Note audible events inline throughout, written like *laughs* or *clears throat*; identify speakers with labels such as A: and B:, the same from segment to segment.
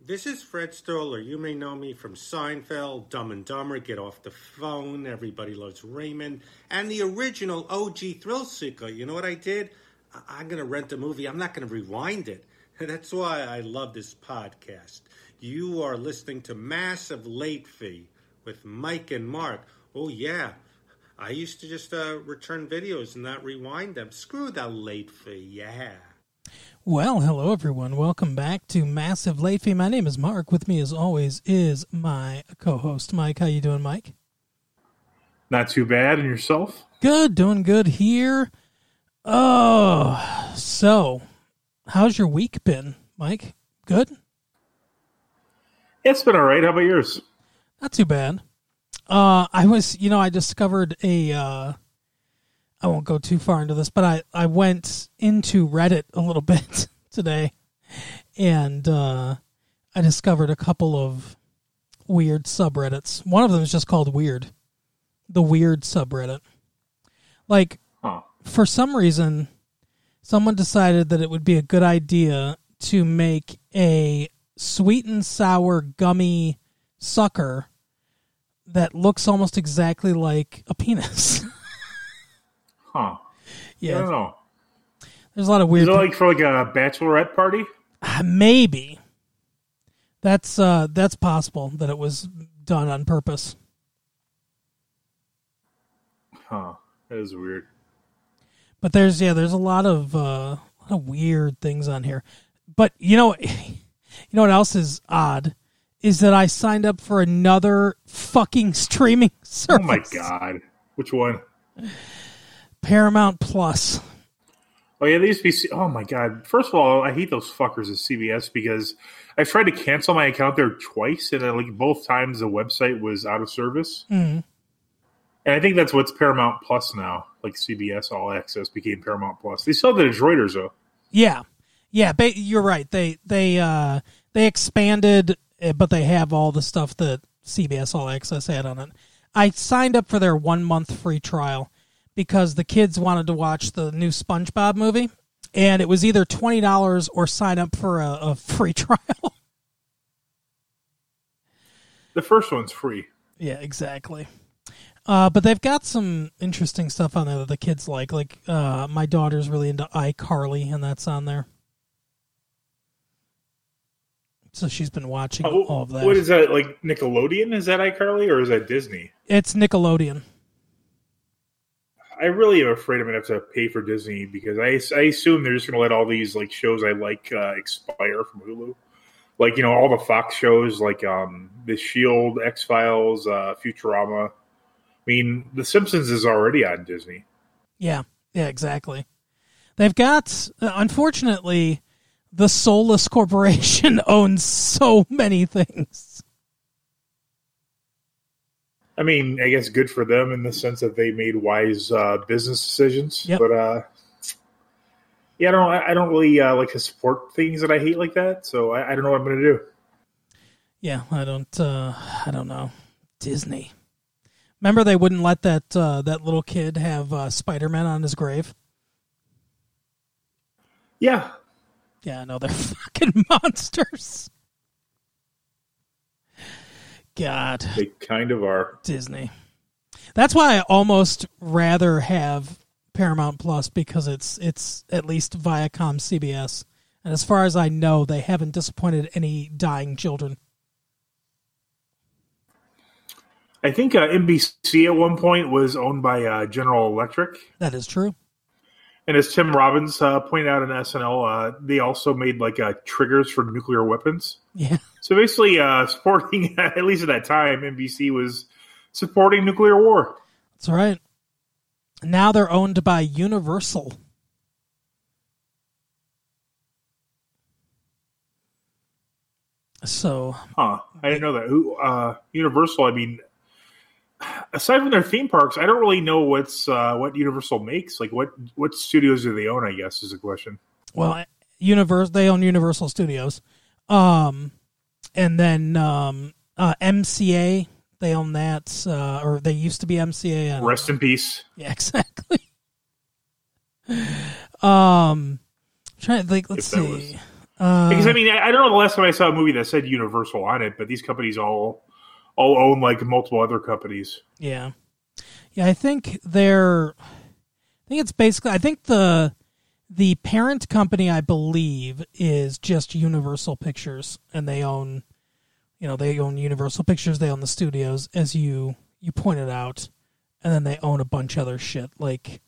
A: This is Fred Stoller. You may know me from Seinfeld, Dumb and Dumber, Get Off the Phone, Everybody Loves Raymond, and the original OG Thrill Seeker. You know what I did? I- am going to rent a movie. I'm not going to rewind it. *laughs* That's why I love this podcast. You are listening to Massive Late Fee with Mike and Mark. Oh, yeah. I used to just uh, return videos and not rewind them. Screw the late fee. Yeah.
B: Well, hello everyone. Welcome back to Massive Late Fee. My name is Mark. With me, as always, is my co-host Mike. How you doing, Mike?
C: Not too bad. And yourself?
B: Good, doing good here. Oh, so how's your week been, Mike? Good,
C: It's been all right. How about yours?
B: not too bad. Uh, I was, you know, I discovered a. Uh, I won't go too far into this, but I I went into Reddit a little *laughs* bit today, and uh, I discovered a couple of weird subreddits. One of them is just called "Weird," the weird subreddit. Like
C: Huh.
B: for some reason, someone decided that it would be a good idea to make a sweet and sour gummy sucker that looks almost exactly like a penis. *laughs*
C: Huh. I don't
B: yeah,
C: know.
B: there's a lot of
C: Is
B: weird.
C: it like for like a bachelorette party?
B: Ah, Maybe that's uh, that's possible that it was done on purpose.
C: Huh. That is weird.
B: But there's yeah, there's a lot of uh, a lot of weird things on here. But you know, *laughs* you know what else is odd is that I signed up for another fucking streaming *laughs*
C: Oh
B: service.
C: my god. Which one?
B: Paramount Plus.
C: Oh yeah, they used to be. C- Oh my god! First of all, I hate those fuckers at CBS because I've tried to cancel my account there twice, and uh, like both times the website was out of service.
B: Mm.
C: And I think that's what's Paramount Plus now. Like CBS All Access became Paramount Plus. They still have the Detroiters though.
B: Yeah, yeah. Ba- you're right. They they uh, they expanded, eh, but they have all the stuff that CBS All Access had on it. I signed up for their one month free trial because the kids wanted to watch the new SpongeBob movie, and it was either twenty dollars or sign up for a, a free *laughs* trial.
C: The first one's free.
B: yeah, exactly. Uh, but they've got some interesting stuff on there that the kids like. Like uh, my daughter's really into iCarly, and that's on there. So she's been watching
C: Oh,
B: all of that.
C: What is that? Like Nickelodeon? Is that iCarly or is that Disney?
B: It's Nickelodeon.
C: I really am afraid I'm gonna have to pay for Disney because I, I assume they're just gonna let all these like shows I like uh, expire from Hulu, like you know all the Fox shows like um The Shield, X Files, uh, Futurama. I mean, The Simpsons is already on Disney.
B: Yeah, yeah, exactly. They've got, uh, unfortunately, the Soulless Corporation *laughs* owns so many things.
C: I mean, I guess good for them in the sense that they made wise uh, business decisions,
B: Yep.
C: but uh. Yeah, I don't. I don't really uh, like to support things that I hate like that, so I, I don't know what I'm going to do.
B: Yeah, I don't, uh, I don't know. Disney. Remember, they wouldn't let that uh, that little kid have uh, Spider Man on his grave.
C: Yeah,
B: Yeah, I know they're *laughs* fucking monsters. God.
C: they kind of are.
B: Disney. That's why I almost rather have Paramount Plus because it's it's at least Viacom CBS. And as far as I know, they haven't disappointed any dying children.
C: I think uh, NBC at one point was owned by uh, General Electric,
B: That is true.
C: and as Tim Robbins uh, pointed out in SNL, uh, they also made like uh, triggers for nuclear weapons.
B: Yeah.
C: So basically, uh, *laughs* supporting at least at that time, NBC was supporting nuclear war.
B: That's all right. Now they're owned by Universal. So
C: Huh? I didn't know that. Who? Uh, Universal. I mean, aside from their theme parks, I don't really know what's uh, what Universal makes. Like, what what studios do they own? I guess is the question.
B: well universe they own universal studios um and then um uh mca they own that uh or they used to be mca and,
C: Rest in peace.
B: yeah *laughs* exactly um trying to think let's
C: If that
B: see Uh,
C: Because I mean, I, I don't know the last time I saw a movie that said Universal on it, but these companies all all own like multiple other companies.
B: Yeah. Yeah, I think they're I think it's basically I think the the parent company I believe is just Universal Pictures and they own you know, they own Universal Pictures, they own the studios as you you pointed out, and then they own a bunch other shit like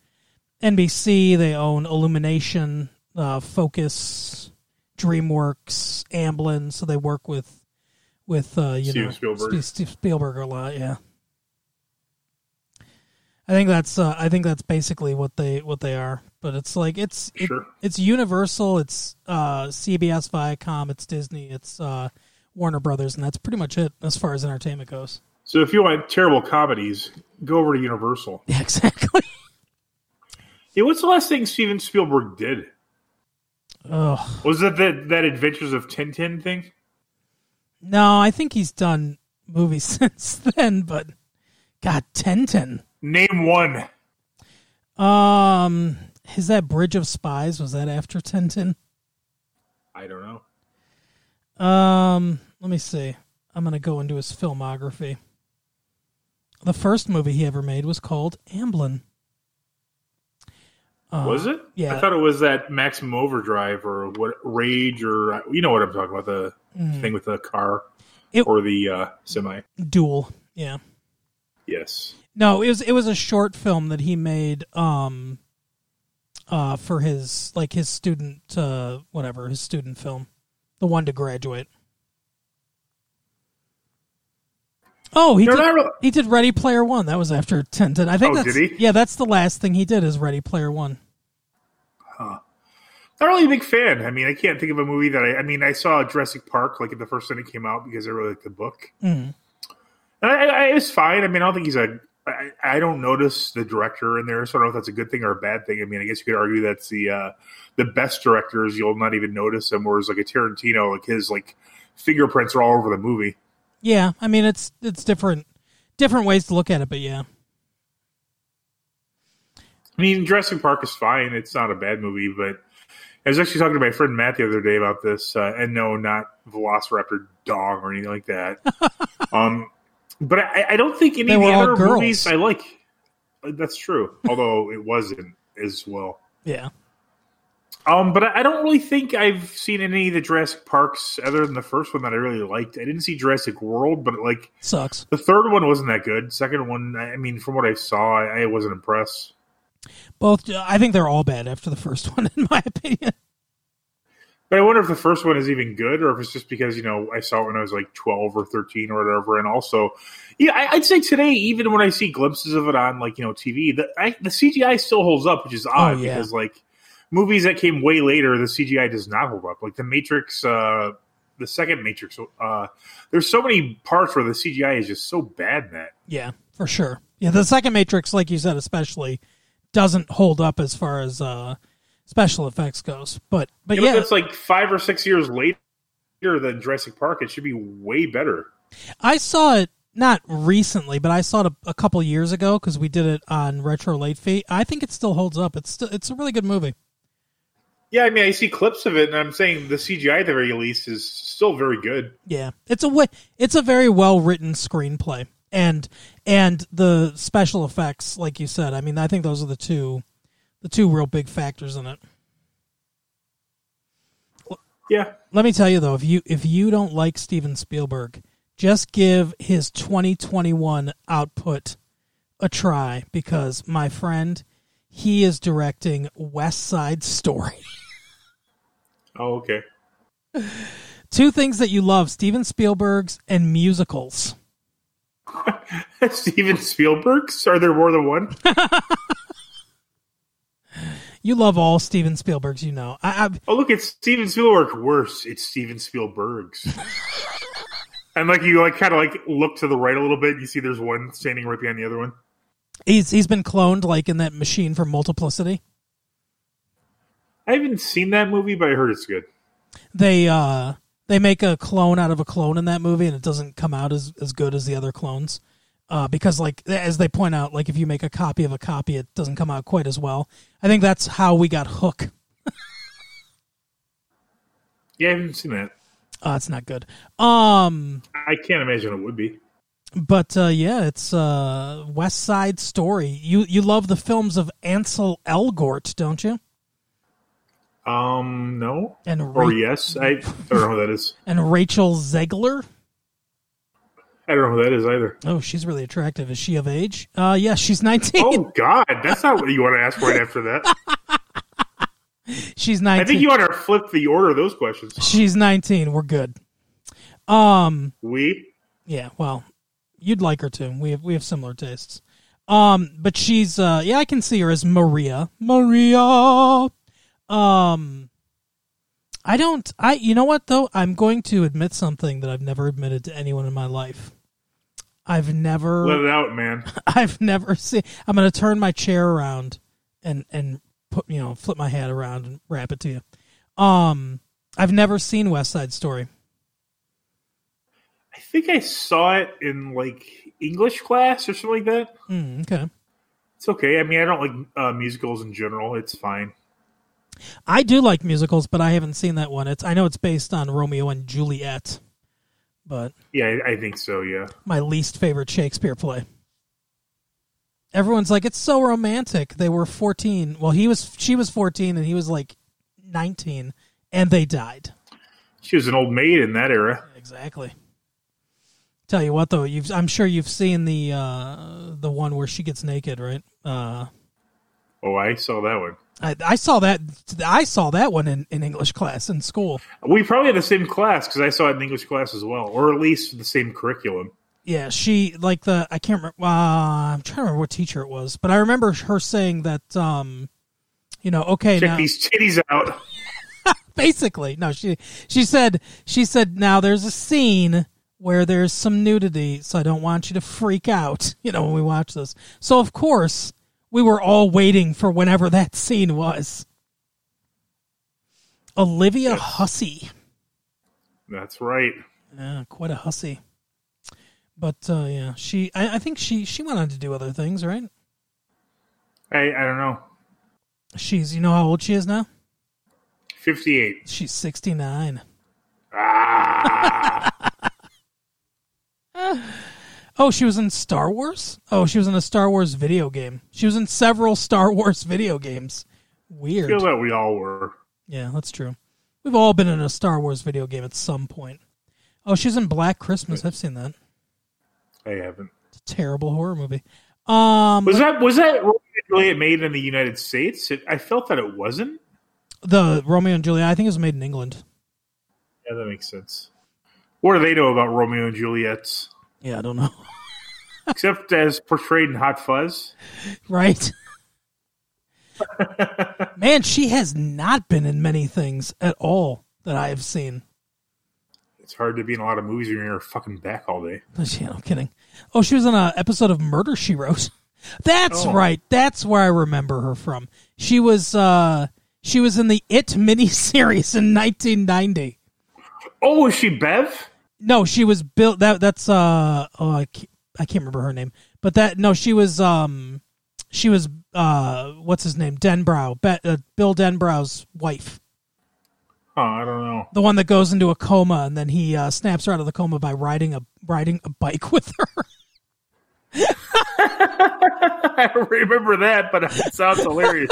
B: NBC, they own Illumination, uh, Focus, DreamWorks, Amblin, so they work with with uh, you
C: Steven
B: know
C: Spielberg.
B: Steve, Steve Spielberg a lot, yeah. I think that's uh, I think that's basically what they what they are. But it's like it's it,
C: Sure.
B: it's Universal, it's uh, CBS, Viacom, it's Disney, it's uh, Warner Brothers, and that's pretty much it as far as entertainment goes.
C: So if you want terrible comedies, go over to Universal.
B: *laughs* Yeah, exactly.
C: Hey, what's the last thing Steven Spielberg did?
B: Ugh.
C: Was it that that Adventures of Tintin thing?
B: No, I think he's done movies *laughs* since then, but God, Tenten.
C: Name one.
B: Um, is that Bridge of Spies? Was that after Tenten?
C: I don't know.
B: Um, let me see. I'm gonna go into his filmography. The first movie he ever made was called Amblin. Uh,
C: was it?
B: yeah.
C: I thought it was that Maximum Overdrive or what Rage or you know what I'm talking about the thing with the car
B: Hmm. It-
C: or the uh, semi.
B: Duel? Yeah.
C: Yes.
B: No, it was it was a short film that he made um uh for his like his student uh whatever, his student film. The one to graduate. Oh, he
C: They're
B: did,
C: not really-
B: he did Ready Player One. That was after Tintin. I think
C: Oh,
B: that's
C: did he?
B: yeah, that's the last thing he did is Ready Player One.
C: Not really a big fan. I mean, I can't think of a movie that I. I mean, I saw Jurassic Park like the first time it came out because I really liked the book.
B: Mm.
C: And I, I, it was fine. I mean, I don't think he's a. I, I don't notice the director in there, so I don't know if that's a good thing or a bad thing. I mean, I guess you could argue that's the uh, the best directors you'll not even notice them, whereas like a Tarantino, like his like fingerprints are all over the movie.
B: Yeah, I mean it's it's different different ways to look at it, but yeah.
C: I mean, Jurassic Park is fine; it's not a bad movie. But I was actually talking to my friend Matt the other day about this, uh, and no, not Velociraptor dog or anything
B: *laughs*
C: like that. um, but I, I don't think any
B: They
C: of the
B: were all
C: other
B: girls.
C: movies I like. Uh,
B: *laughs*
C: That's true, although it wasn't as well.
B: Yeah.
C: Um, but I I don't really think I've seen any of the Jurassic Parks other than the first one that I really liked. I didn't see Jurassic World, but like
B: Sucks.
C: the third one wasn't that good. Second one, I I mean, from what I saw, I, I wasn't impressed.
B: Both I think they're all bad after the first *laughs* one in my opinion.
C: But I wonder if the first one is even good, or if it's just because you know I saw it when I was like twelve or thirteen or whatever. And also, yeah, I, I'd say today, even when I see glimpses of it on like you know TV, the I, the CGI still holds up, which is
B: Oh,
C: odd
B: yeah.
C: because like movies that came way later, the CGI does not hold up. Like the Matrix, uh, the second Matrix, uh, there's so many parts where the CGI is just so bad in that.
B: Yeah, for sure. Yeah, the second Matrix like you said especially doesn't hold up as far as uh special effects goes. But but
C: You know,
B: yeah,
C: that's like five or six years later than Jurassic Park. It should be way better.
B: I saw it not recently, but I saw it a, a couple years ago cuz we did it on Retro Late Fee. I think it still holds up. It's still, it's a really good movie.
C: Yeah, I mean, I see clips of it, and I'm saying the CGI at the very least is still very good.
B: Yeah, it's a wa- it's a very well written screenplay, and and the special effects, like you said, I mean, I think those are the two, the two real big factors in it.
C: Yeah,
B: Let me tell you though, if you if you don't like Steven Spielberg, just give his 2021 output a try because my friend, he is directing West Side Story. *laughs*
C: Oh, okay. *laughs*
B: two things that you love: Steven Spielberg's and musicals.
C: Steven Spielberg's? Are there more than one?
B: You love all Steven Spielberg's, you know. I, I
C: Oh, look, it's Steven Spielberg. Worse, it's Steven Spielberg's. *laughs* and like you, like kind of like look to the right a little bit. You see, there's one standing right behind the other one.
B: He's he's been cloned like in that machine for multiplicity.
C: I haven't seen that movie, but I heard it's good.
B: They uh they make a clone out of a clone in that movie and it doesn't come out as, as good as the other clones. Uh, because like as they point out, like if you make a copy of a copy, it doesn't come out quite as well. I think that's how we got Hook.
C: Yeah, I haven't seen that.
B: Uh, it's not good. Um,
C: I can't imagine it would be.
B: but uh, yeah, it's uh, West Side Story. You you love the films of Ansel Elgort, don't you?
C: Um, no.
B: And
C: Or
B: Ra-
C: yes, I, I don't know who that is.
B: and Rachel Zegler.
C: I don't know who that is either.
B: Oh, she's really attractive. Is she of age? Uh, yeah, she's nineteen.
C: Oh God, that's not what you want to ask right after that.
B: she's
C: I
B: nineteen. *laughs*
C: think you ought to flip the order of those questions.
B: she's nineteen. We're good. Um,
C: We
B: Yeah, well, you'd like her to. We have we have similar tastes. Um, but she's uh yeah, I can see her as Maria. Maria. Um I don't I you know what though? I'm going to admit something that I've never admitted to anyone in my life. I've never
C: let it out, man.
B: *laughs* I've never seen I'm going to turn my chair around and and put you know, flip my hat around and wrap it to you. Um I've never seen West Side Story.
C: I think I saw it in like English class or something like that.
B: Mm, okay.
C: It's okay. I mean, I don't like uh, musicals in general. It's fine.
B: I do like musicals, but I haven't seen that one. It's I know it's based on Romeo and Juliet, but
C: Yeah, I, I think so. Yeah,
B: my least favorite Shakespeare play. Everyone's like, it's so romantic. They were fourteen. Well, he was, she was fourteen, and he was like nineteen, and they died.
C: she was an old maid in that era.
B: Exactly. Tell you what, though, you've I'm sure you've seen the uh, the one where she gets naked, right? Uh,
C: Oh, I saw that one.
B: I, I saw that. I saw that one in, in English class in school.
C: We probably had the same class because I saw it in English class as well, or at least the same curriculum.
B: Yeah, she like the I can't remember. Uh, I'm trying to remember what teacher it was, but I remember her saying that, um, you know, okay,
C: Check
B: now
C: these titties out.
B: basically, no, she she said she said now there's a scene where there's some nudity, so I don't want you to freak out, *laughs* you know, when we watch this. So of course we were all waiting for whenever that scene was. Olivia Hussey.
C: That's right.
B: Yeah, quite a hussy. But uh, yeah, she. I, I think she she went on to do other things, right?
C: I I don't know.
B: She's. You know how old she is now?
C: Fifty-eight.
B: She's sixty nine.
C: Ah,
B: Oh, she was in Star Wars. Oh, she was in a Star Wars video game. She was in several *laughs* Star Wars video games.
C: I
B: *laughs* Weird.
C: feel that we all were.
B: Yeah, that's true. We've all been in a Star Wars video game at some point. Oh, she's in Black Christmas. I've seen that.
C: I haven't.
B: It's a terrible horror movie. Um,
C: Was that was that really made in the United States? It, I felt that it wasn't.
B: the Romeo and Juliet. I think it was made in England.
C: Yeah, that makes sense. What do they know about Romeo and *laughs* Juliet's?
B: Yeah, I don't know.
C: Except as portrayed in Hot Fuzz.
B: *laughs* Right. Man, she has not been in many things at all that I have seen.
C: It's hard to be in a lot of movies when you're fucking back all day.
B: Yeah, I'm kidding. Oh, she was on an episode of Murder She Wrote. That's
C: Oh.
B: right. That's where I remember her from. She was uh she was in the It miniseries in 1990.
C: Oh, is she Bev?
B: No, she was built that that's uh oh I can't, I can't remember her name. But that no, she was um she was uh what's his name? Denbrow. Be- uh, Bill Denbrow's wife.
C: Huh, I don't know.
B: the one that goes into a coma and then he uh, snaps her out of the coma by riding a riding a bike *laughs* with her.
C: *laughs* I don't remember that, but it sounds hilarious.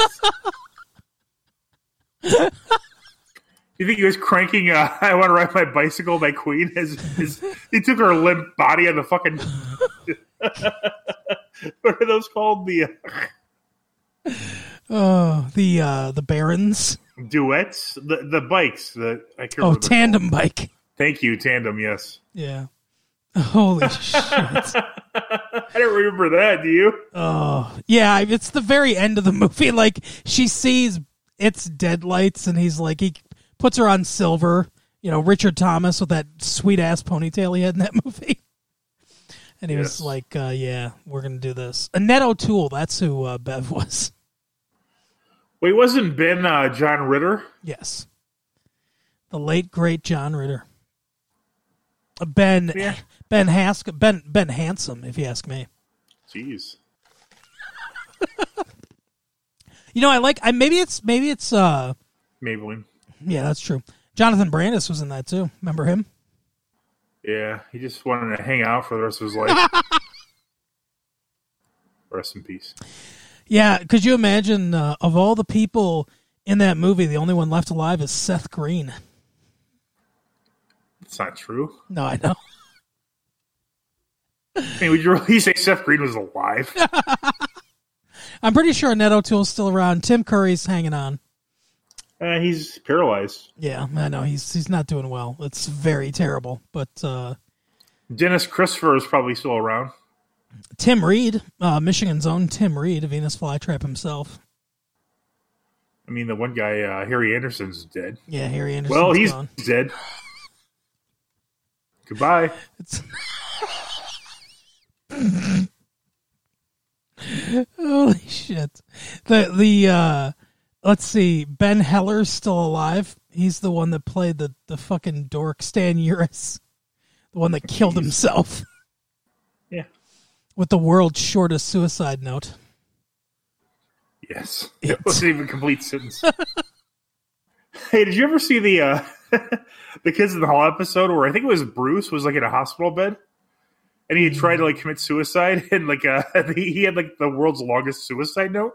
C: You think he was cranking uh, *laughs* I Want to Ride My Bicycle by Queen? As, as, he took her limp body on the fucking. *laughs* what are those called? The uh,
B: Oh, the uh, the Barons.
C: duets? The the bikes. The I can't
B: Oh,
C: remember they're called.
B: tandem bike.
C: Thank you, tandem. Yes,
B: Yeah. Holy shit.
C: I don't remember that. Do you?
B: Oh, yeah. It's the very end of the movie. *laughs* Like she sees it's deadlights, and he's like, he puts her on silver. You know, Richard Thomas with that sweet ass ponytail he had in that *laughs* movie. And he was
C: Yes.
B: like, uh, "Yeah, we're gonna do this." Annette O'Toole. That's who uh, Bev was. *laughs*
C: Wait, wasn't Ben uh, John Ritter?
B: Yes. The late great John Ritter. Uh, Ben
C: Yeah.
B: Ben Hask Ben Ben Handsome, if you ask me.
C: Jeez.
B: You know, I like I maybe it's maybe it's uh
C: Maybelline.
B: yeah, that's true. Jonathan Brandis was in that too. Remember him?
C: Yeah, he just wanted to hang out for the rest of his life. rest in peace.
B: Yeah, could you imagine uh, of all the people in that movie, the only one left alive is Seth Green?
C: It's not true.
B: No, I know.
C: I mean, would you *laughs* really say Seth Green was alive?
B: *laughs* I'm pretty sure Ned O'Toole's still around. Tim Curry's hanging on.
C: Uh, he's paralyzed.
B: Yeah, I know he's he's not doing well. It's very terrible. But uh,
C: Dennis Christopher is probably still around.
B: Tim Reed, uh, Michigan's own Tim Reed, Venus flytrap himself.
C: I mean, the one guy, uh, Harry Anderson's dead.
B: Yeah, Harry Anderson.
C: Well, he's
B: gone.
C: dead. Goodbye.
B: It's... *laughs* Holy shit! The the uh, let's see, Ben Heller's still alive. He's the one that played the the fucking dork Stan Uris, the one that killed himself
C: Yeah.
B: with the world's shortest suicide note.
C: Yes. It wasn't even a complete sentence. *laughs* hey, did you ever see the uh, *laughs* the Kids in the Hall episode where I think it was Bruce was like in a hospital bed and he tried to like commit suicide *laughs* and like uh, he he had like the world's longest suicide note?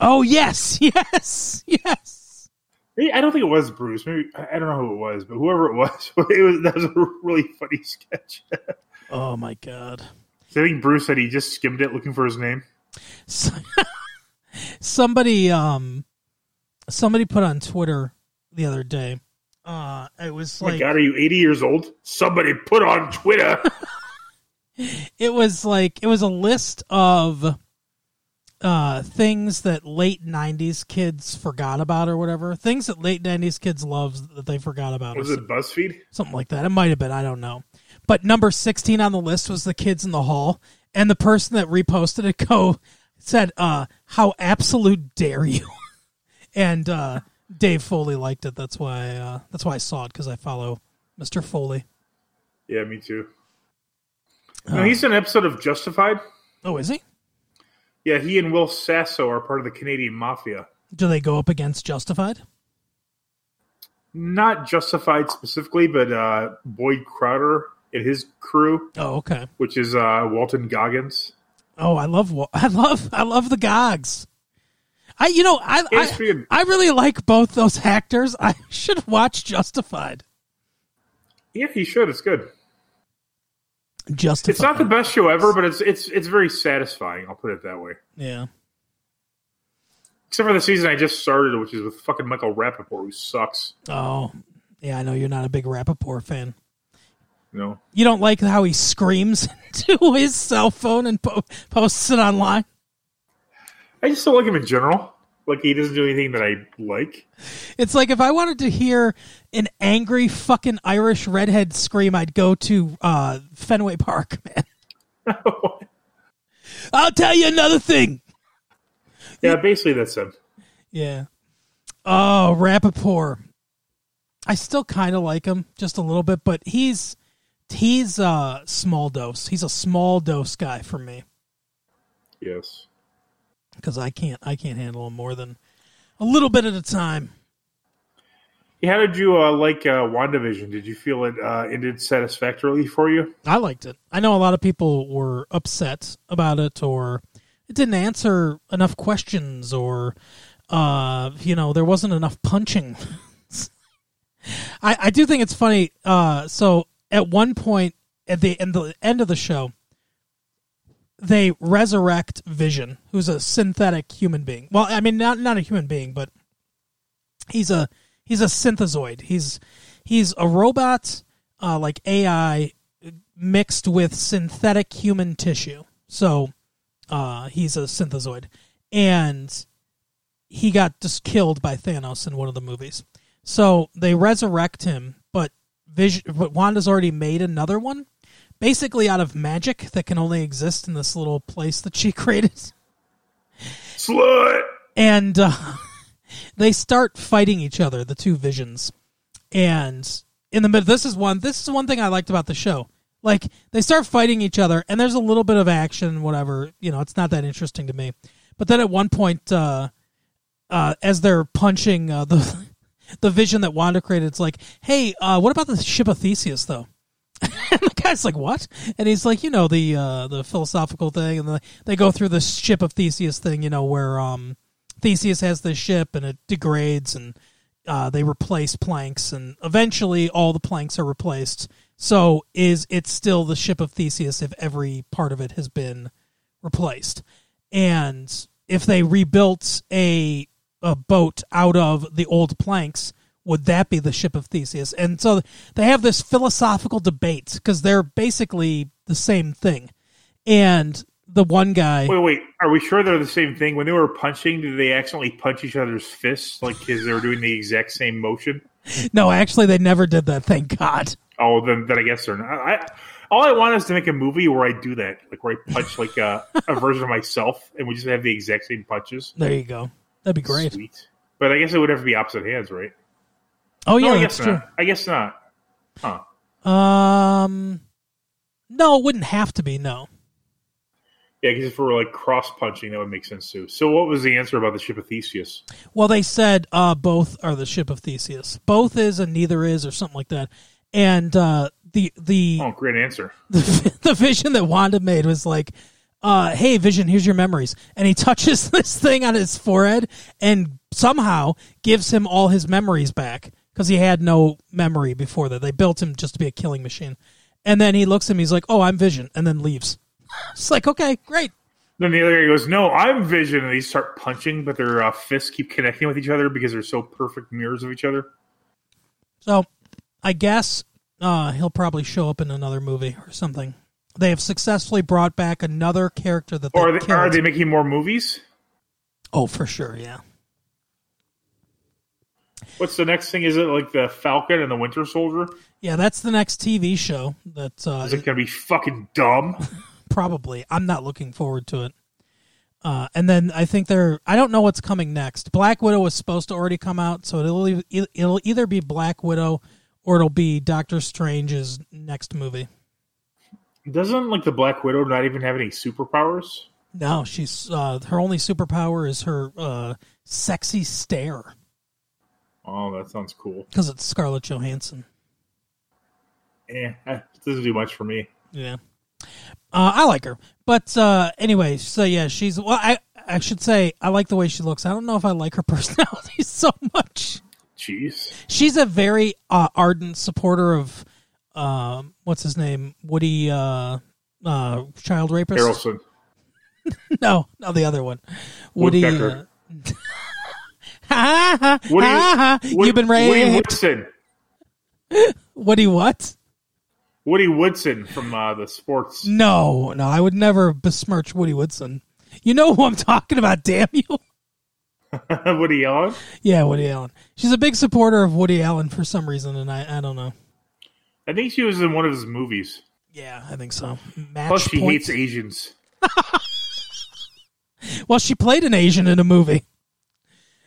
B: Oh yes, *laughs* yes, yes.
C: Hey, I don't think it was Bruce. Maybe I I don't know who it was, but whoever it was, *laughs* it was that was a really funny *laughs* sketch.
B: Oh my god.
C: So I think Bruce said he just skimmed it looking for his name.
B: So- *laughs* somebody um somebody put on Twitter the other day. Uh it was
C: Oh my
B: like
C: God, are you 80 years old? Somebody put on Twitter. *laughs*
B: it was like it was a list of uh things that late 90s kids forgot about or whatever. Things that late 90s kids loved that they forgot about. or
C: was it BuzzFeed?
B: something like that. It might have been, I don't know. But number 16 on the list was the kids in the hall, and the person that reposted it *laughs* go said, uh, "How absolute dare you!" *laughs* and uh, Dave Foley liked it. That's why uh, that's why I saw it because I follow Mr. Foley.
C: Yeah, me too. No, he's in an episode of Justified.
B: Oh, is he?
C: Yeah, he and Will Sasso are part of the Canadian Mafia.
B: Do they go up against Justified?
C: Not Justified specifically, but uh, Boyd Crowder and his crew,
B: Oh, okay.
C: which is uh, Walton Goggins.
B: Oh, I love Wa- *laughs* I love I love the Gogs. I you know I
C: It's
B: I,
C: weird.
B: I really like both those actors. I *laughs* should watch Justified.
C: Yeah, he should. It's good.
B: Justified.
C: It's not the best show ever, but it's it's it's very satisfying. I'll put it that way.
B: yeah.
C: Except for the season I just started, which is with fucking Michael Rappaport, who sucks.
B: Oh, yeah, I know you're not a big Rappaport fan.
C: You know,
B: You don't like how he screams *laughs* into his cell phone and po- posts it online.
C: I just don't like him in general. Like he doesn't do anything that I like. *laughs*
B: It's like if I wanted to hear an angry fucking Irish redhead scream, I'd go to uh, Fenway Park, *laughs* man. I'll tell you another thing.
C: yeah, basically that's him.
B: Yeah. Oh, Rappaport. I still kind of like him just a little bit, but he's he's uh small dose. He's a small dose guy for me.
C: Yes.
B: because I can't I can't handle them more than a little bit at a time.
C: How did you uh, like uh, WandaVision? Did you feel it uh, ended satisfactorily for you?
B: I liked it. I know a lot of people were upset about it, or it didn't answer enough questions, or uh, you know there wasn't enough punching. *laughs* I I do think it's funny. Uh, so at one point at the end the end of the show. They resurrect Vision, who's a synthetic human being. Well, I mean, not not a human being, but he's a he's a synthesoid. He's he's a robot, uh, like AI mixed with synthetic human tissue. So uh, he's a synthesoid, and he got just killed by Thanos in one of the movies. So they resurrect him, but Vision, but Wanda's already made another one, basically out of magic that can only exist in this little place that she *laughs* created
C: Slut.
B: and uh, *laughs* they start fighting each other the two visions and in the middle this is one this is one thing i liked about the show like they start fighting each other and there's a little bit of action whatever you know it's not that interesting to me but then at one point uh, uh, as they're punching uh, the *laughs* the vision that Wanda created. It's like, hey, uh, what about the ship of Theseus though? and the *laughs* guy's like, what? And he's like, you know, the uh, the philosophical thing, and the, they go through the ship of Theseus thing, you know, where um, Theseus has this ship and it degrades, and uh, they replace planks, and eventually all the planks are replaced. So is it still the ship of Theseus if every part of it has been replaced? And if they rebuilt a a boat out of the old planks, would that be the ship of Theseus? And so they have this philosophical debate because they're basically the same thing. And the one guy,
C: Wait, wait. Are we sure they're the same thing? When they were punching, did they accidentally punch each other's fists? Like, because they were doing the exact same motion?
B: no, actually, they never did that. Thank God.
C: Oh, then, then I guess they're not. I, all I want is to make a movie where I do that, like where I punch like a, a version of myself, and we just have the exact same punches.
B: There you go. That'd be great.
C: Sweet. But I guess it would have to be opposite hands, right?
B: Oh yeah,
C: no, I
B: that's
C: guess
B: true.
C: not. I guess not. Huh.
B: Um, no, it wouldn't have to be. No.
C: Yeah, because if we were like cross punching, that would make sense too. So, what was the answer about the ship of Theseus?
B: Well, they said uh, both are the ship of Theseus. Both is and neither is, or something like that. And uh, the the
C: Oh, great answer.
B: the, *laughs* the vision that Wanda made was like, uh, "Hey, Vision, here's your memories." And he touches *laughs* this thing on his forehead and somehow gives him all his memories back because he had no memory before that. They built him just to be a killing machine. And then he looks at him. He's like, "Oh, I'm Vision," and then leaves. *laughs* It's like, okay, great.
C: Then the other guy goes, "No, I'm Vision," and they start punching, but their uh, fists keep connecting with each other because they're so perfect mirrors of each other.
B: So, I guess uh, he'll probably show up in another movie or something. They have successfully brought back another character that they
C: Or are they, are
B: killed.
C: they making more movies?
B: oh, for sure, yeah.
C: What's the next thing? Is it like the Falcon and the Winter Soldier?
B: Yeah, that's the next TV show that uh,
C: Is it going to be fucking dumb?
B: probably. I'm not looking forward to it. Uh, and then I think they're. I don't know what's coming next. Black Widow was supposed to already come out, so it'll e- it'll either be Black Widow or it'll be Doctor Strange's next movie.
C: Doesn't like the Black Widow not even have any superpowers?
B: No, she's uh, her only superpower is her uh, sexy stare
C: Oh, that sounds cool.
B: because it's Scarlett Johansson.
C: Eh, it doesn't do much for me.
B: Yeah. Uh, I like her. But uh, anyway, so yeah, she's. Well, I, I should say, I like the way she looks. I don't know if I like her *laughs* personality so much.
C: Jeez.
B: She's a very uh, ardent supporter of, um, what's his name? Woody uh, uh, Child Rapist? *laughs*
C: Harrelson.
B: No, no, the other one. Woody. Uh,
C: Woodpecker.
B: *laughs* ha, ha,
C: Woody,
B: ha, ha, *laughs*
C: Woody-
B: You've been
C: Woody
B: raped.
C: Woodson.
B: Woody what?
C: Woody Woodson from uh,
B: *laughs*
C: the sports. *laughs*
B: No, no, I would never besmirch Woody Woodson. You know who I'm talking about, damn you. *laughs*
C: Woody Allen.
B: Yeah, Woody Allen. She's a big supporter of Woody Allen for some reason, and I, I don't know.
C: I think she was in one of his movies.
B: Yeah, I think so. Match
C: Plus, she
B: points.
C: hates Asians.
B: Well, she played an Asian in a movie,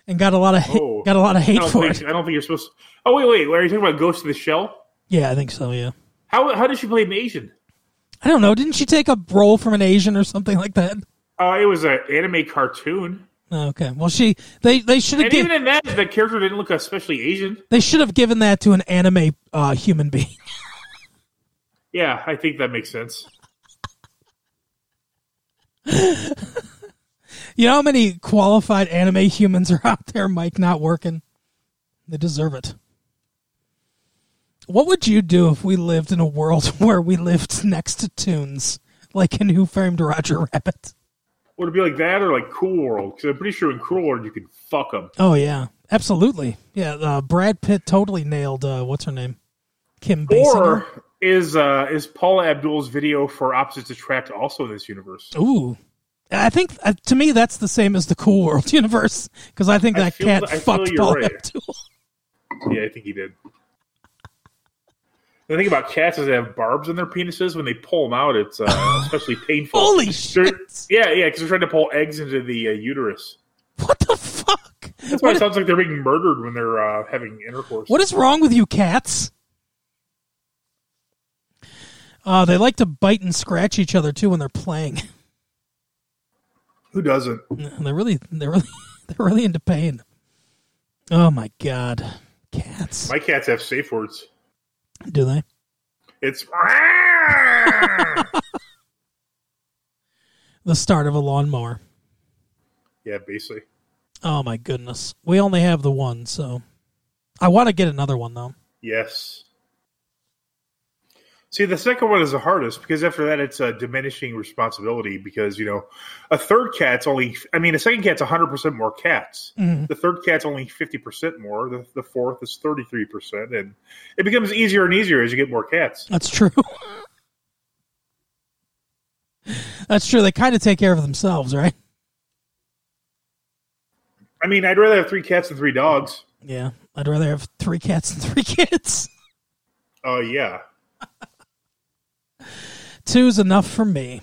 B: and got a lot of ha-
C: Oh.
B: got a lot of
C: I
B: hate
C: don't,
B: for
C: think,
B: it.
C: I don't think you're supposed. To... Oh wait, wait. Are you talking about Ghost of the Shell?
B: Yeah, I think so. Yeah,
C: How how did she play an Asian?
B: I don't know. Didn't she take a role from an Asian or something like that?
C: Uh, it was an anime cartoon,
B: Oh, Okay. Well, she they they should have
C: and even
B: given
C: in that, the character didn't look especially Asian.
B: they should have given that to an anime uh, human being.
C: Yeah, I think that makes sense.
B: You know how many qualified anime humans are *laughs* out there, Mike, not working? They deserve it. What would you do if we lived in a world *laughs* where we lived next to tunes, like in Who Framed Roger Rabbit?
C: Would it be like that or like Cool World? Because I'm pretty sure in Cool World you can fuck them.
B: Oh, yeah. Absolutely. Yeah, uh, Brad Pitt totally nailed, uh, what's her name? Kim Basinger.
C: Or is uh, is Paula Abdul's video for Opposites Attract also in this universe?
B: Ooh. I think, uh, to me, that's the same as the Cool World *laughs* universe, because I think
C: I
B: that
C: feel-
B: cat
C: I feel
B: fucked
C: you're
B: Paul
C: right.
B: Abdul.
C: Yeah, I think he did. The thing about cats is they have barbs in their penises. When they pull them out, it's
B: *laughs*
C: uh, especially painful.
B: Holy
C: They're-
B: shit.
C: Yeah, yeah, because they're trying to pull eggs into the uh, uterus.
B: *laughs* What the fuck?
C: That's why
B: What-
C: it sounds like they're being murdered when they're uh, having intercourse.
B: What is wrong with you cats? Uh, they like to bite and scratch each other too when they're playing. *laughs*
C: Who doesn't?
B: *laughs* And they're really, they're really, they're really into pain. Oh my god! Cats.
C: My cats have safe words.
B: Do they? *laughs*
C: It's *laughs*
B: The start of a lawnmower.
C: yeah, basically.
B: Oh my goodness. We only have the one, so I want to get another one though.
C: Yes. See, the second one is the hardest because after that, it's a diminishing responsibility because, you know, a third cat's only, I mean, a second cat's 100% more cats.
B: Mhm.
C: The third cat's only 50% more. The, the fourth is 33%. And it becomes easier and easier as you get more cats.
B: That's true. *laughs* That's true. They kind of take care of themselves, right?
C: I mean, I'd rather have three cats than three dogs.
B: Yeah. I'd rather have three cats than three *laughs* kids.
C: Oh, yeah.
B: Two's enough for me.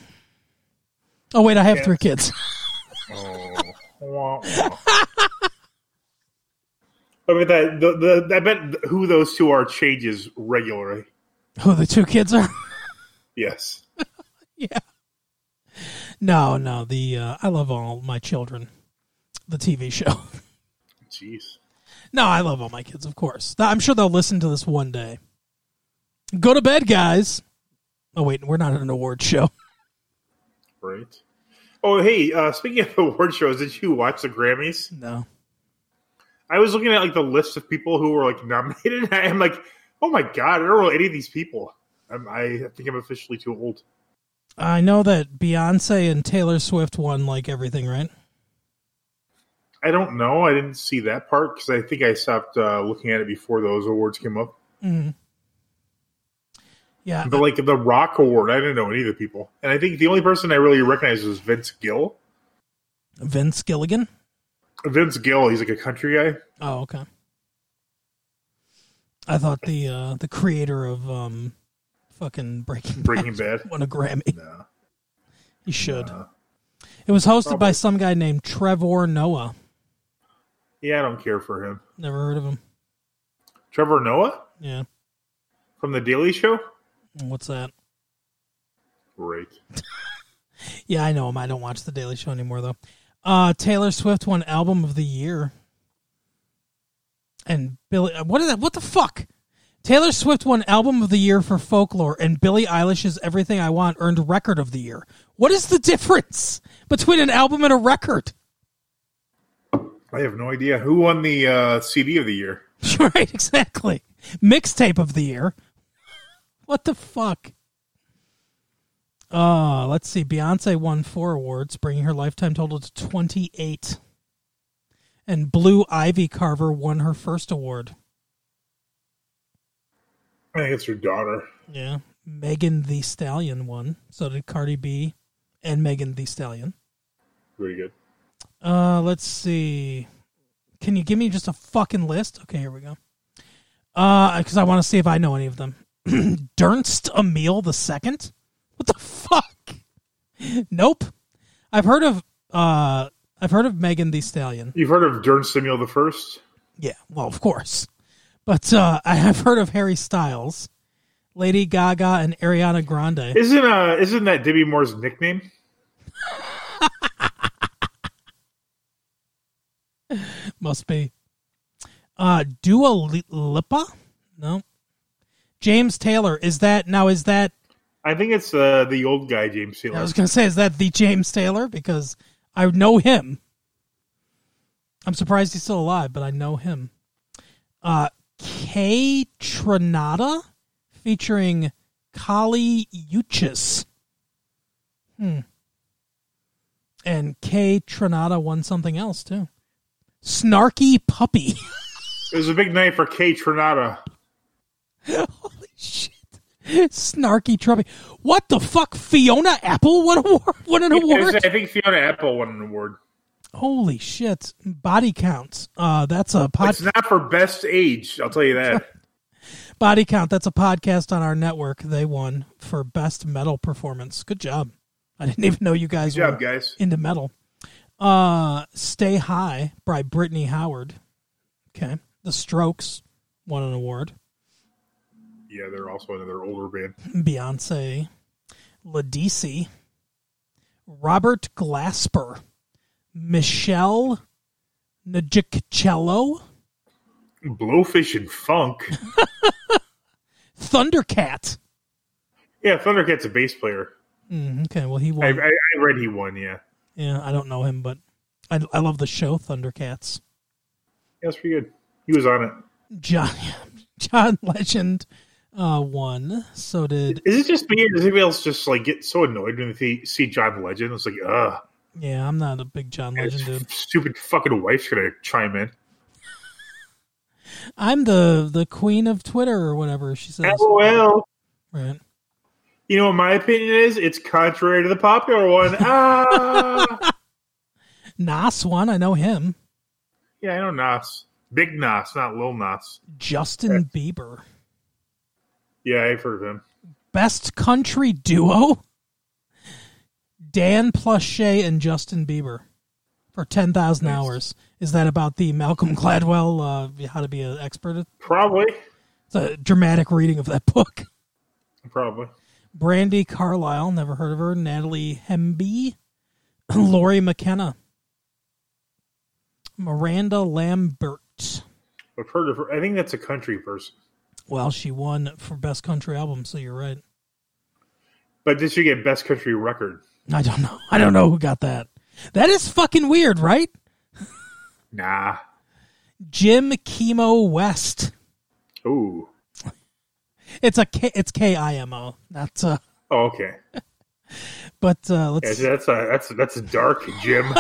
B: Oh wait, I have
C: Yeah.
B: three kids.
C: Oh. *laughs* Wah, wah. I mean, that, the, the, I bet who those two are changes regularly.
B: *laughs* Who the two kids are?
C: Yes.
B: yeah. No, no. The uh, I love all my children. The TV show. *laughs*
C: Jeez.
B: No, I love all my kids, of course. Th- I'm sure they'll listen to this one day. Go to bed, guys. Oh wait, we're not at an award show.
C: Right. Oh, hey, uh, speaking *laughs* of award shows, did you watch the Grammys?
B: No.
C: I was looking at like the list of people who were like *laughs* nominated. And I'm like, oh my god, I don't know any of these people. I'm, I think I'm officially too old.
B: I know that Beyonce and Taylor Swift won like everything, right?
C: I don't know. I didn't see that part because I think I stopped uh, looking at it before those awards came up.
B: Mm. Yeah.
C: But like the Rock Award, I didn't know any of the people. And I think the only person I really recognized was Vince Gill.
B: Vince Gilligan.
C: Vince Gill, he's like a country guy.
B: Oh, okay. I thought the uh, the creator of um, fucking Breaking *laughs*
C: Breaking Bad.
B: won a Grammy.
C: No.
B: He should. it was hosted by
C: probably.
B: some guy named Trevor Noah.
C: Yeah, I don't care for him.
B: Never heard of him.
C: Trevor Noah
B: Yeah.
C: from The Daily Show.
B: What's that?
C: Great.
B: Yeah, I know him. I don't watch The Daily Show anymore though. Uh, Taylor Swift won Album of the Year, and Billy. What is that? What the fuck? Taylor Swift won Album of the Year for Folklore, and Billie Eilish's Everything I Want earned Record of the Year. What is the difference between an album and a record?
C: I have no idea who won the uh, CD of the year.
B: *laughs* right, exactly. Mixtape of the year. What the fuck? Uh, let's see. Beyonce won four awards, bringing her lifetime total to 28. And Blue Ivy Carver won her first award.
C: I think it's her daughter.
B: Yeah. Megan the Stallion won. So did Cardi B and Megan the Stallion.
C: Pretty good.
B: Uh, let's see. Can you give me just a fucking list? Okay, here we go. Uh, because I want to see if I know any of them. *clears throat* Dernst Emil the second. What the fuck? *laughs* Nope. I've heard of uh, I've heard of Megan the Stallion.
C: You've heard of Dern Samuel the First?
B: Yeah, well, of course. But uh, *laughs* I have heard of Harry Styles, Lady Gaga, and Ariana Grande.
C: Isn't uh isn't that Debbie Moore's nickname?
B: Must be. Uh Dua Li- Lipa? No. James Taylor. Is that now is that
C: I think it's uh the old guy James
B: I
C: Taylor.
B: was gonna say, is that the James Taylor? Because I know him. I'm surprised he's still alive, but I know him. Uh Kay Trinata featuring Kali Uchis. Hmm. And Kay Trinata won something else too. Snarky Puppy. *laughs*
C: It was a big night for Kay Trinata.
B: *laughs* Holy shit. Snarky Trumpy. What the fuck? Fiona Apple won, award, won an
C: It was-
B: award?
C: I think Fiona Apple won an award.
B: Holy shit. Body counts. Uh, that's a pod-
C: It's not for best age, I'll tell you that.
B: *laughs* body count. That's a podcast on our network. They won for best metal performance. Good job. I didn't even know you guys
C: Good job,
B: were
C: guys.
B: into metal. Uh, Stay High by Brittany Howard. Okay. The Strokes won an award.
C: Yeah, they're also another older band.
B: Beyonce, Ladisi, Robert Glasper, Michelle Najikcello,
C: Blowfish and Funk.
B: Thundercat.
C: Yeah, Thundercat's a bass player.
B: Mm, okay, well he
C: I,
B: won.
C: I, I read he won. Yeah,
B: yeah, I don't know him, but I, I love the show Thundercats.
C: that's pretty good. He was on it.
B: John *laughs* John Legend uh, won. So did
C: Is it just me? Or does anybody else just like get so annoyed when they see John Legend? It's like, ugh,
B: yeah. I'm not a big John Legend dude.
C: stupid fucking wife's gonna chime in.
B: I'm the the queen of Twitter or whatever she says.
C: LOL.
B: Right.
C: You know what my opinion is? It's contrary to the popular one.
B: *laughs*
C: ah,
B: Nas one. I know him.
C: yeah, I know Nas, big Nas, not Lil Nas.
B: Justin Bieber.
C: Yeah, I've heard of him.
B: Best country duo. Dan Plushay and Justin Bieber for ten thousand
C: Nice.
B: hours. Is that about the Malcolm Gladwell uh, how to be an expert?
C: Probably,
B: It's a dramatic reading of that book.
C: probably.
B: Brandy Carlisle, never heard of her. Natalie Hemby, *clears throat* Lori McKenna, Miranda Lambert.
C: I've heard of her. I think that's a country person.
B: Well, she won for best country album, so you're right.
C: But did she get best country record?
B: I don't know. *laughs* I don't know who got that. That is fucking weird, right?
C: Nah.
B: Jim Chemo West.
C: Ooh.
B: It's a K, it's K I M O. That's uh
C: Oh, okay.
B: but uh
C: Yeah,
B: let's
C: see, that's a that's a, that's a dark
B: *laughs*
C: Jim.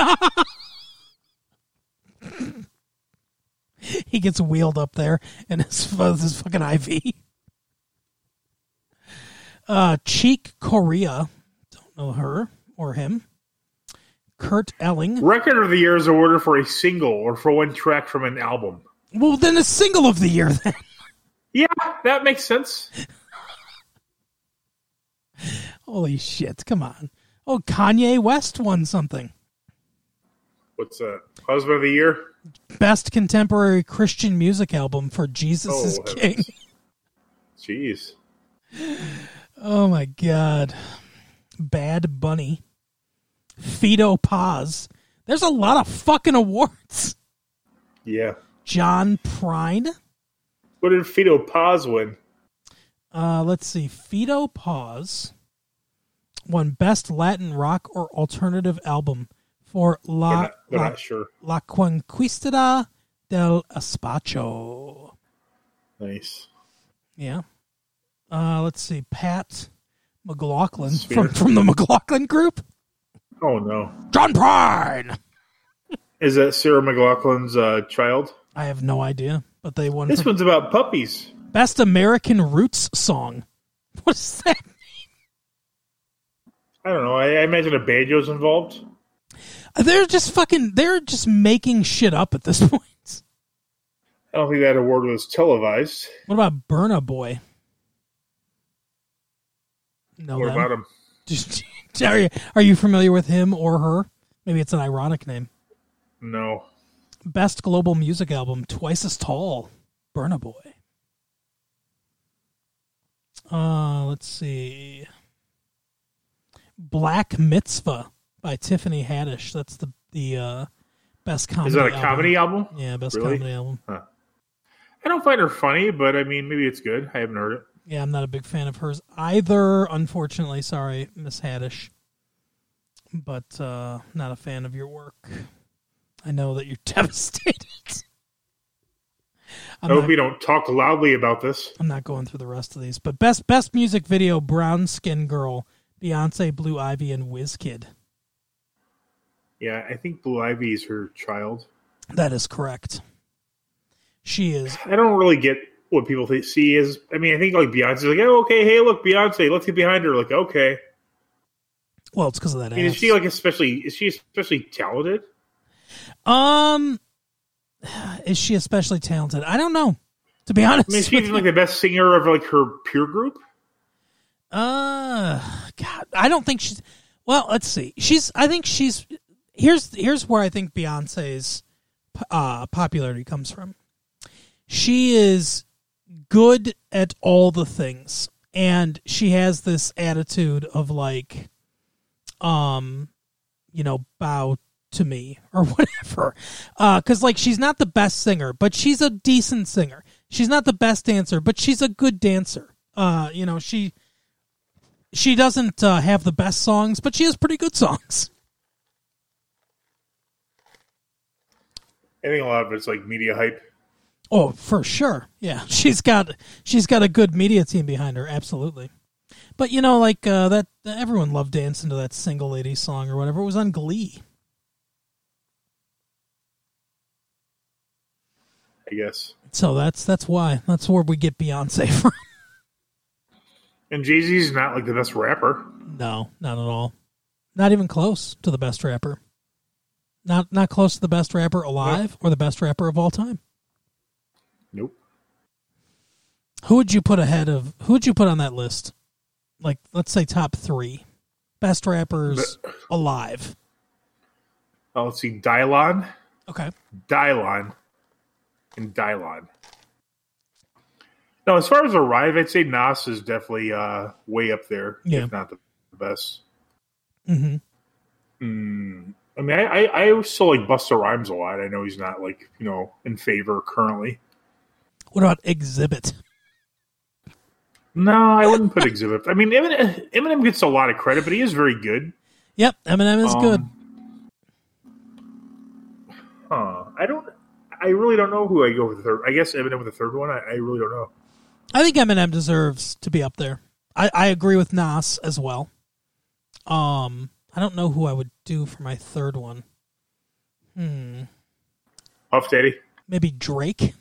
B: he gets wheeled up there and his, *laughs* his fucking IV. Uh, Cheek Korea. Don't know her or him. Kurt Elling.
C: record of the year is awarded for a single or for one track from an album.
B: Well, then a single of the year then. *laughs*
C: Yeah, that makes sense.
B: Holy shit, come on. Oh, Kanye West won something.
C: What's that? Husband of the year?
B: Best contemporary Christian music album for Jesus is
C: Oh,
B: King.
C: heavens. Jeez.
B: Oh my god. Bad Bunny. Fido Paz. There's a lot of fucking awards.
C: Yeah.
B: John Prine.
C: What did Fido Paz win?
B: Uh, let's see. Fido Pause won Best Latin Rock or Alternative Album for
C: We're
B: La
C: not, we're
B: La,
C: not sure.
B: La Conquistada del Espacio.
C: Nice.
B: Yeah. Uh, let's see. Pat McLaughlin
C: Sphere.
B: from, from the McLaughlin Group.
C: Oh no.
B: John Prine.
C: Is that Sarah McLaughlin's uh, child?
B: I have no idea, but they won
C: This
B: for
C: one's about puppies.
B: Best American Roots Song. *laughs* What is that?
C: I don't know. I, I imagine a banjo's involved.
B: They're just fucking. They're just making shit up at this *laughs* point.
C: I don't think that award was televised.
B: What about Burna Boy? No, *laughs*
C: What about him?
B: are, you, are you familiar with him or her? Maybe it's an ironic name.
C: No.
B: Best global music album, twice as tall, Burna Boy. Uh, let's see. Black Mitzvah by Tiffany Haddish. That's the the uh, best comedy.
C: Is that a
B: album.
C: comedy album?
B: Yeah, best
C: Really?
B: comedy album.
C: I don't find her funny, but I mean, maybe it's good. I haven't heard it.
B: Yeah, I'm not a big fan of hers either, unfortunately. Sorry, Miss Haddish. But uh not a fan of your work. I know that you're *laughs* devastated. I'm
C: I hope
B: not,
C: we don't talk loudly about this.
B: I'm not going through the rest of these. But best best music video, Brown Skin Girl, Beyonce, Blue Ivy, and WizKid.
C: Yeah, I think Blue Ivy is her child.
B: That is correct. She is
C: I don't really get what people think, see as. I mean, I think like Beyonce's like, oh, okay, hey, look, Beyonce, let's get behind her. Like, okay.
B: well, it's because of that
C: I mean, is
B: ass.
C: she like especially? Is she especially talented?
B: um *sighs* is she especially talented? I don't know. To be honest.
C: I mean, is
B: with
C: she like the best singer of like her peer group?
B: Uh, God, I don't think she's. Well, let's see. She's. I think she's. Here's here's where I think Beyonce's uh, popularity comes from. She is good at all the things, and she has this attitude of like, um, you know, bow to me or *laughs* whatever. Because, like, she's not the best singer, but she's a decent singer. She's not the best dancer, but she's a good dancer. Uh, you know, she she doesn't uh, have the best songs, but she has pretty good songs.
C: I think a lot of it's like media hype.
B: Oh, for sure. Yeah, *laughs* she's got she's got a good media team behind her. Absolutely. But you know, like uh, that, everyone loved dancing to that "Single Lady" song or whatever. It was on Glee.
C: I guess.
B: So that's that's why that's where we get Beyonce *laughs* from.
C: And Jay Z's not like the best rapper.
B: No, not at all. Not even close to the best rapper. Not not close to the best rapper alive or the best rapper of all time.
C: Nope.
B: Who would you put ahead of who would you put on that list? Like let's say top 3 best rappers alive.
C: Oh, let's see, Dylon,
B: Okay.
C: Dylon, and Dylon. No, as far as arrive, I'd say Nas is definitely uh, way up there,
B: Yeah.
C: if not the best.
B: Mhm.
C: Mm. I mean, I, I, I still like Busta Rhymes a lot. I know he's not like you know in favor currently.
B: What about Exhibit?
C: No, I wouldn't put Exhibit. I mean, Eminem, Eminem gets a lot of credit, but he is very good.
B: Yep, Eminem is good.
C: Um, Huh. I don't. I really don't know who I go with the third. I guess Eminem with the third one. I, I really don't know.
B: I think Eminem deserves to be up there. I, I agree with Nas as well. Um, I don't know who I would do for my third one. Hmm,
C: Huff Daddy.
B: maybe Drake.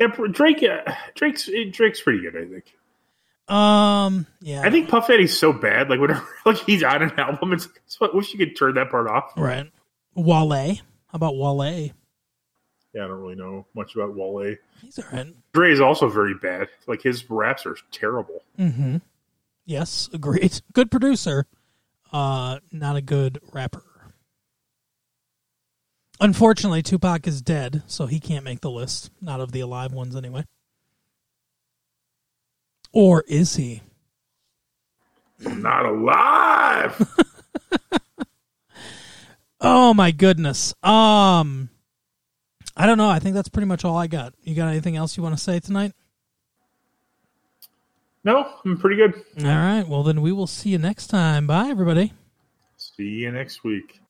C: Yeah, pr- Drake. Uh, Drake's eh, Drake's pretty good. I think.
B: Um, yeah,
C: I think Puff Daddy's so bad. Like whenever *laughs* like he's on an album, it's. it's I wish you could turn that part off.
B: right. Wale, how about Wale?
C: Yeah, I don't really know much about Wale.
B: He's all right.
C: Dre is also very bad. Like his raps are terrible.
B: Mm-hmm. Yes, agreed. *laughs* Good producer, uh, not a good rapper. Unfortunately, Tupac is dead, so he can't make the list. Not of the alive ones, anyway. Or is he?
C: I'm not alive.
B: Oh my goodness. Um, I don't know. I think that's pretty much all I got. You got anything else you want to say tonight?
C: no, I'm pretty good.
B: All right. Well, then we will see you next time. Bye, everybody.
C: See you next week.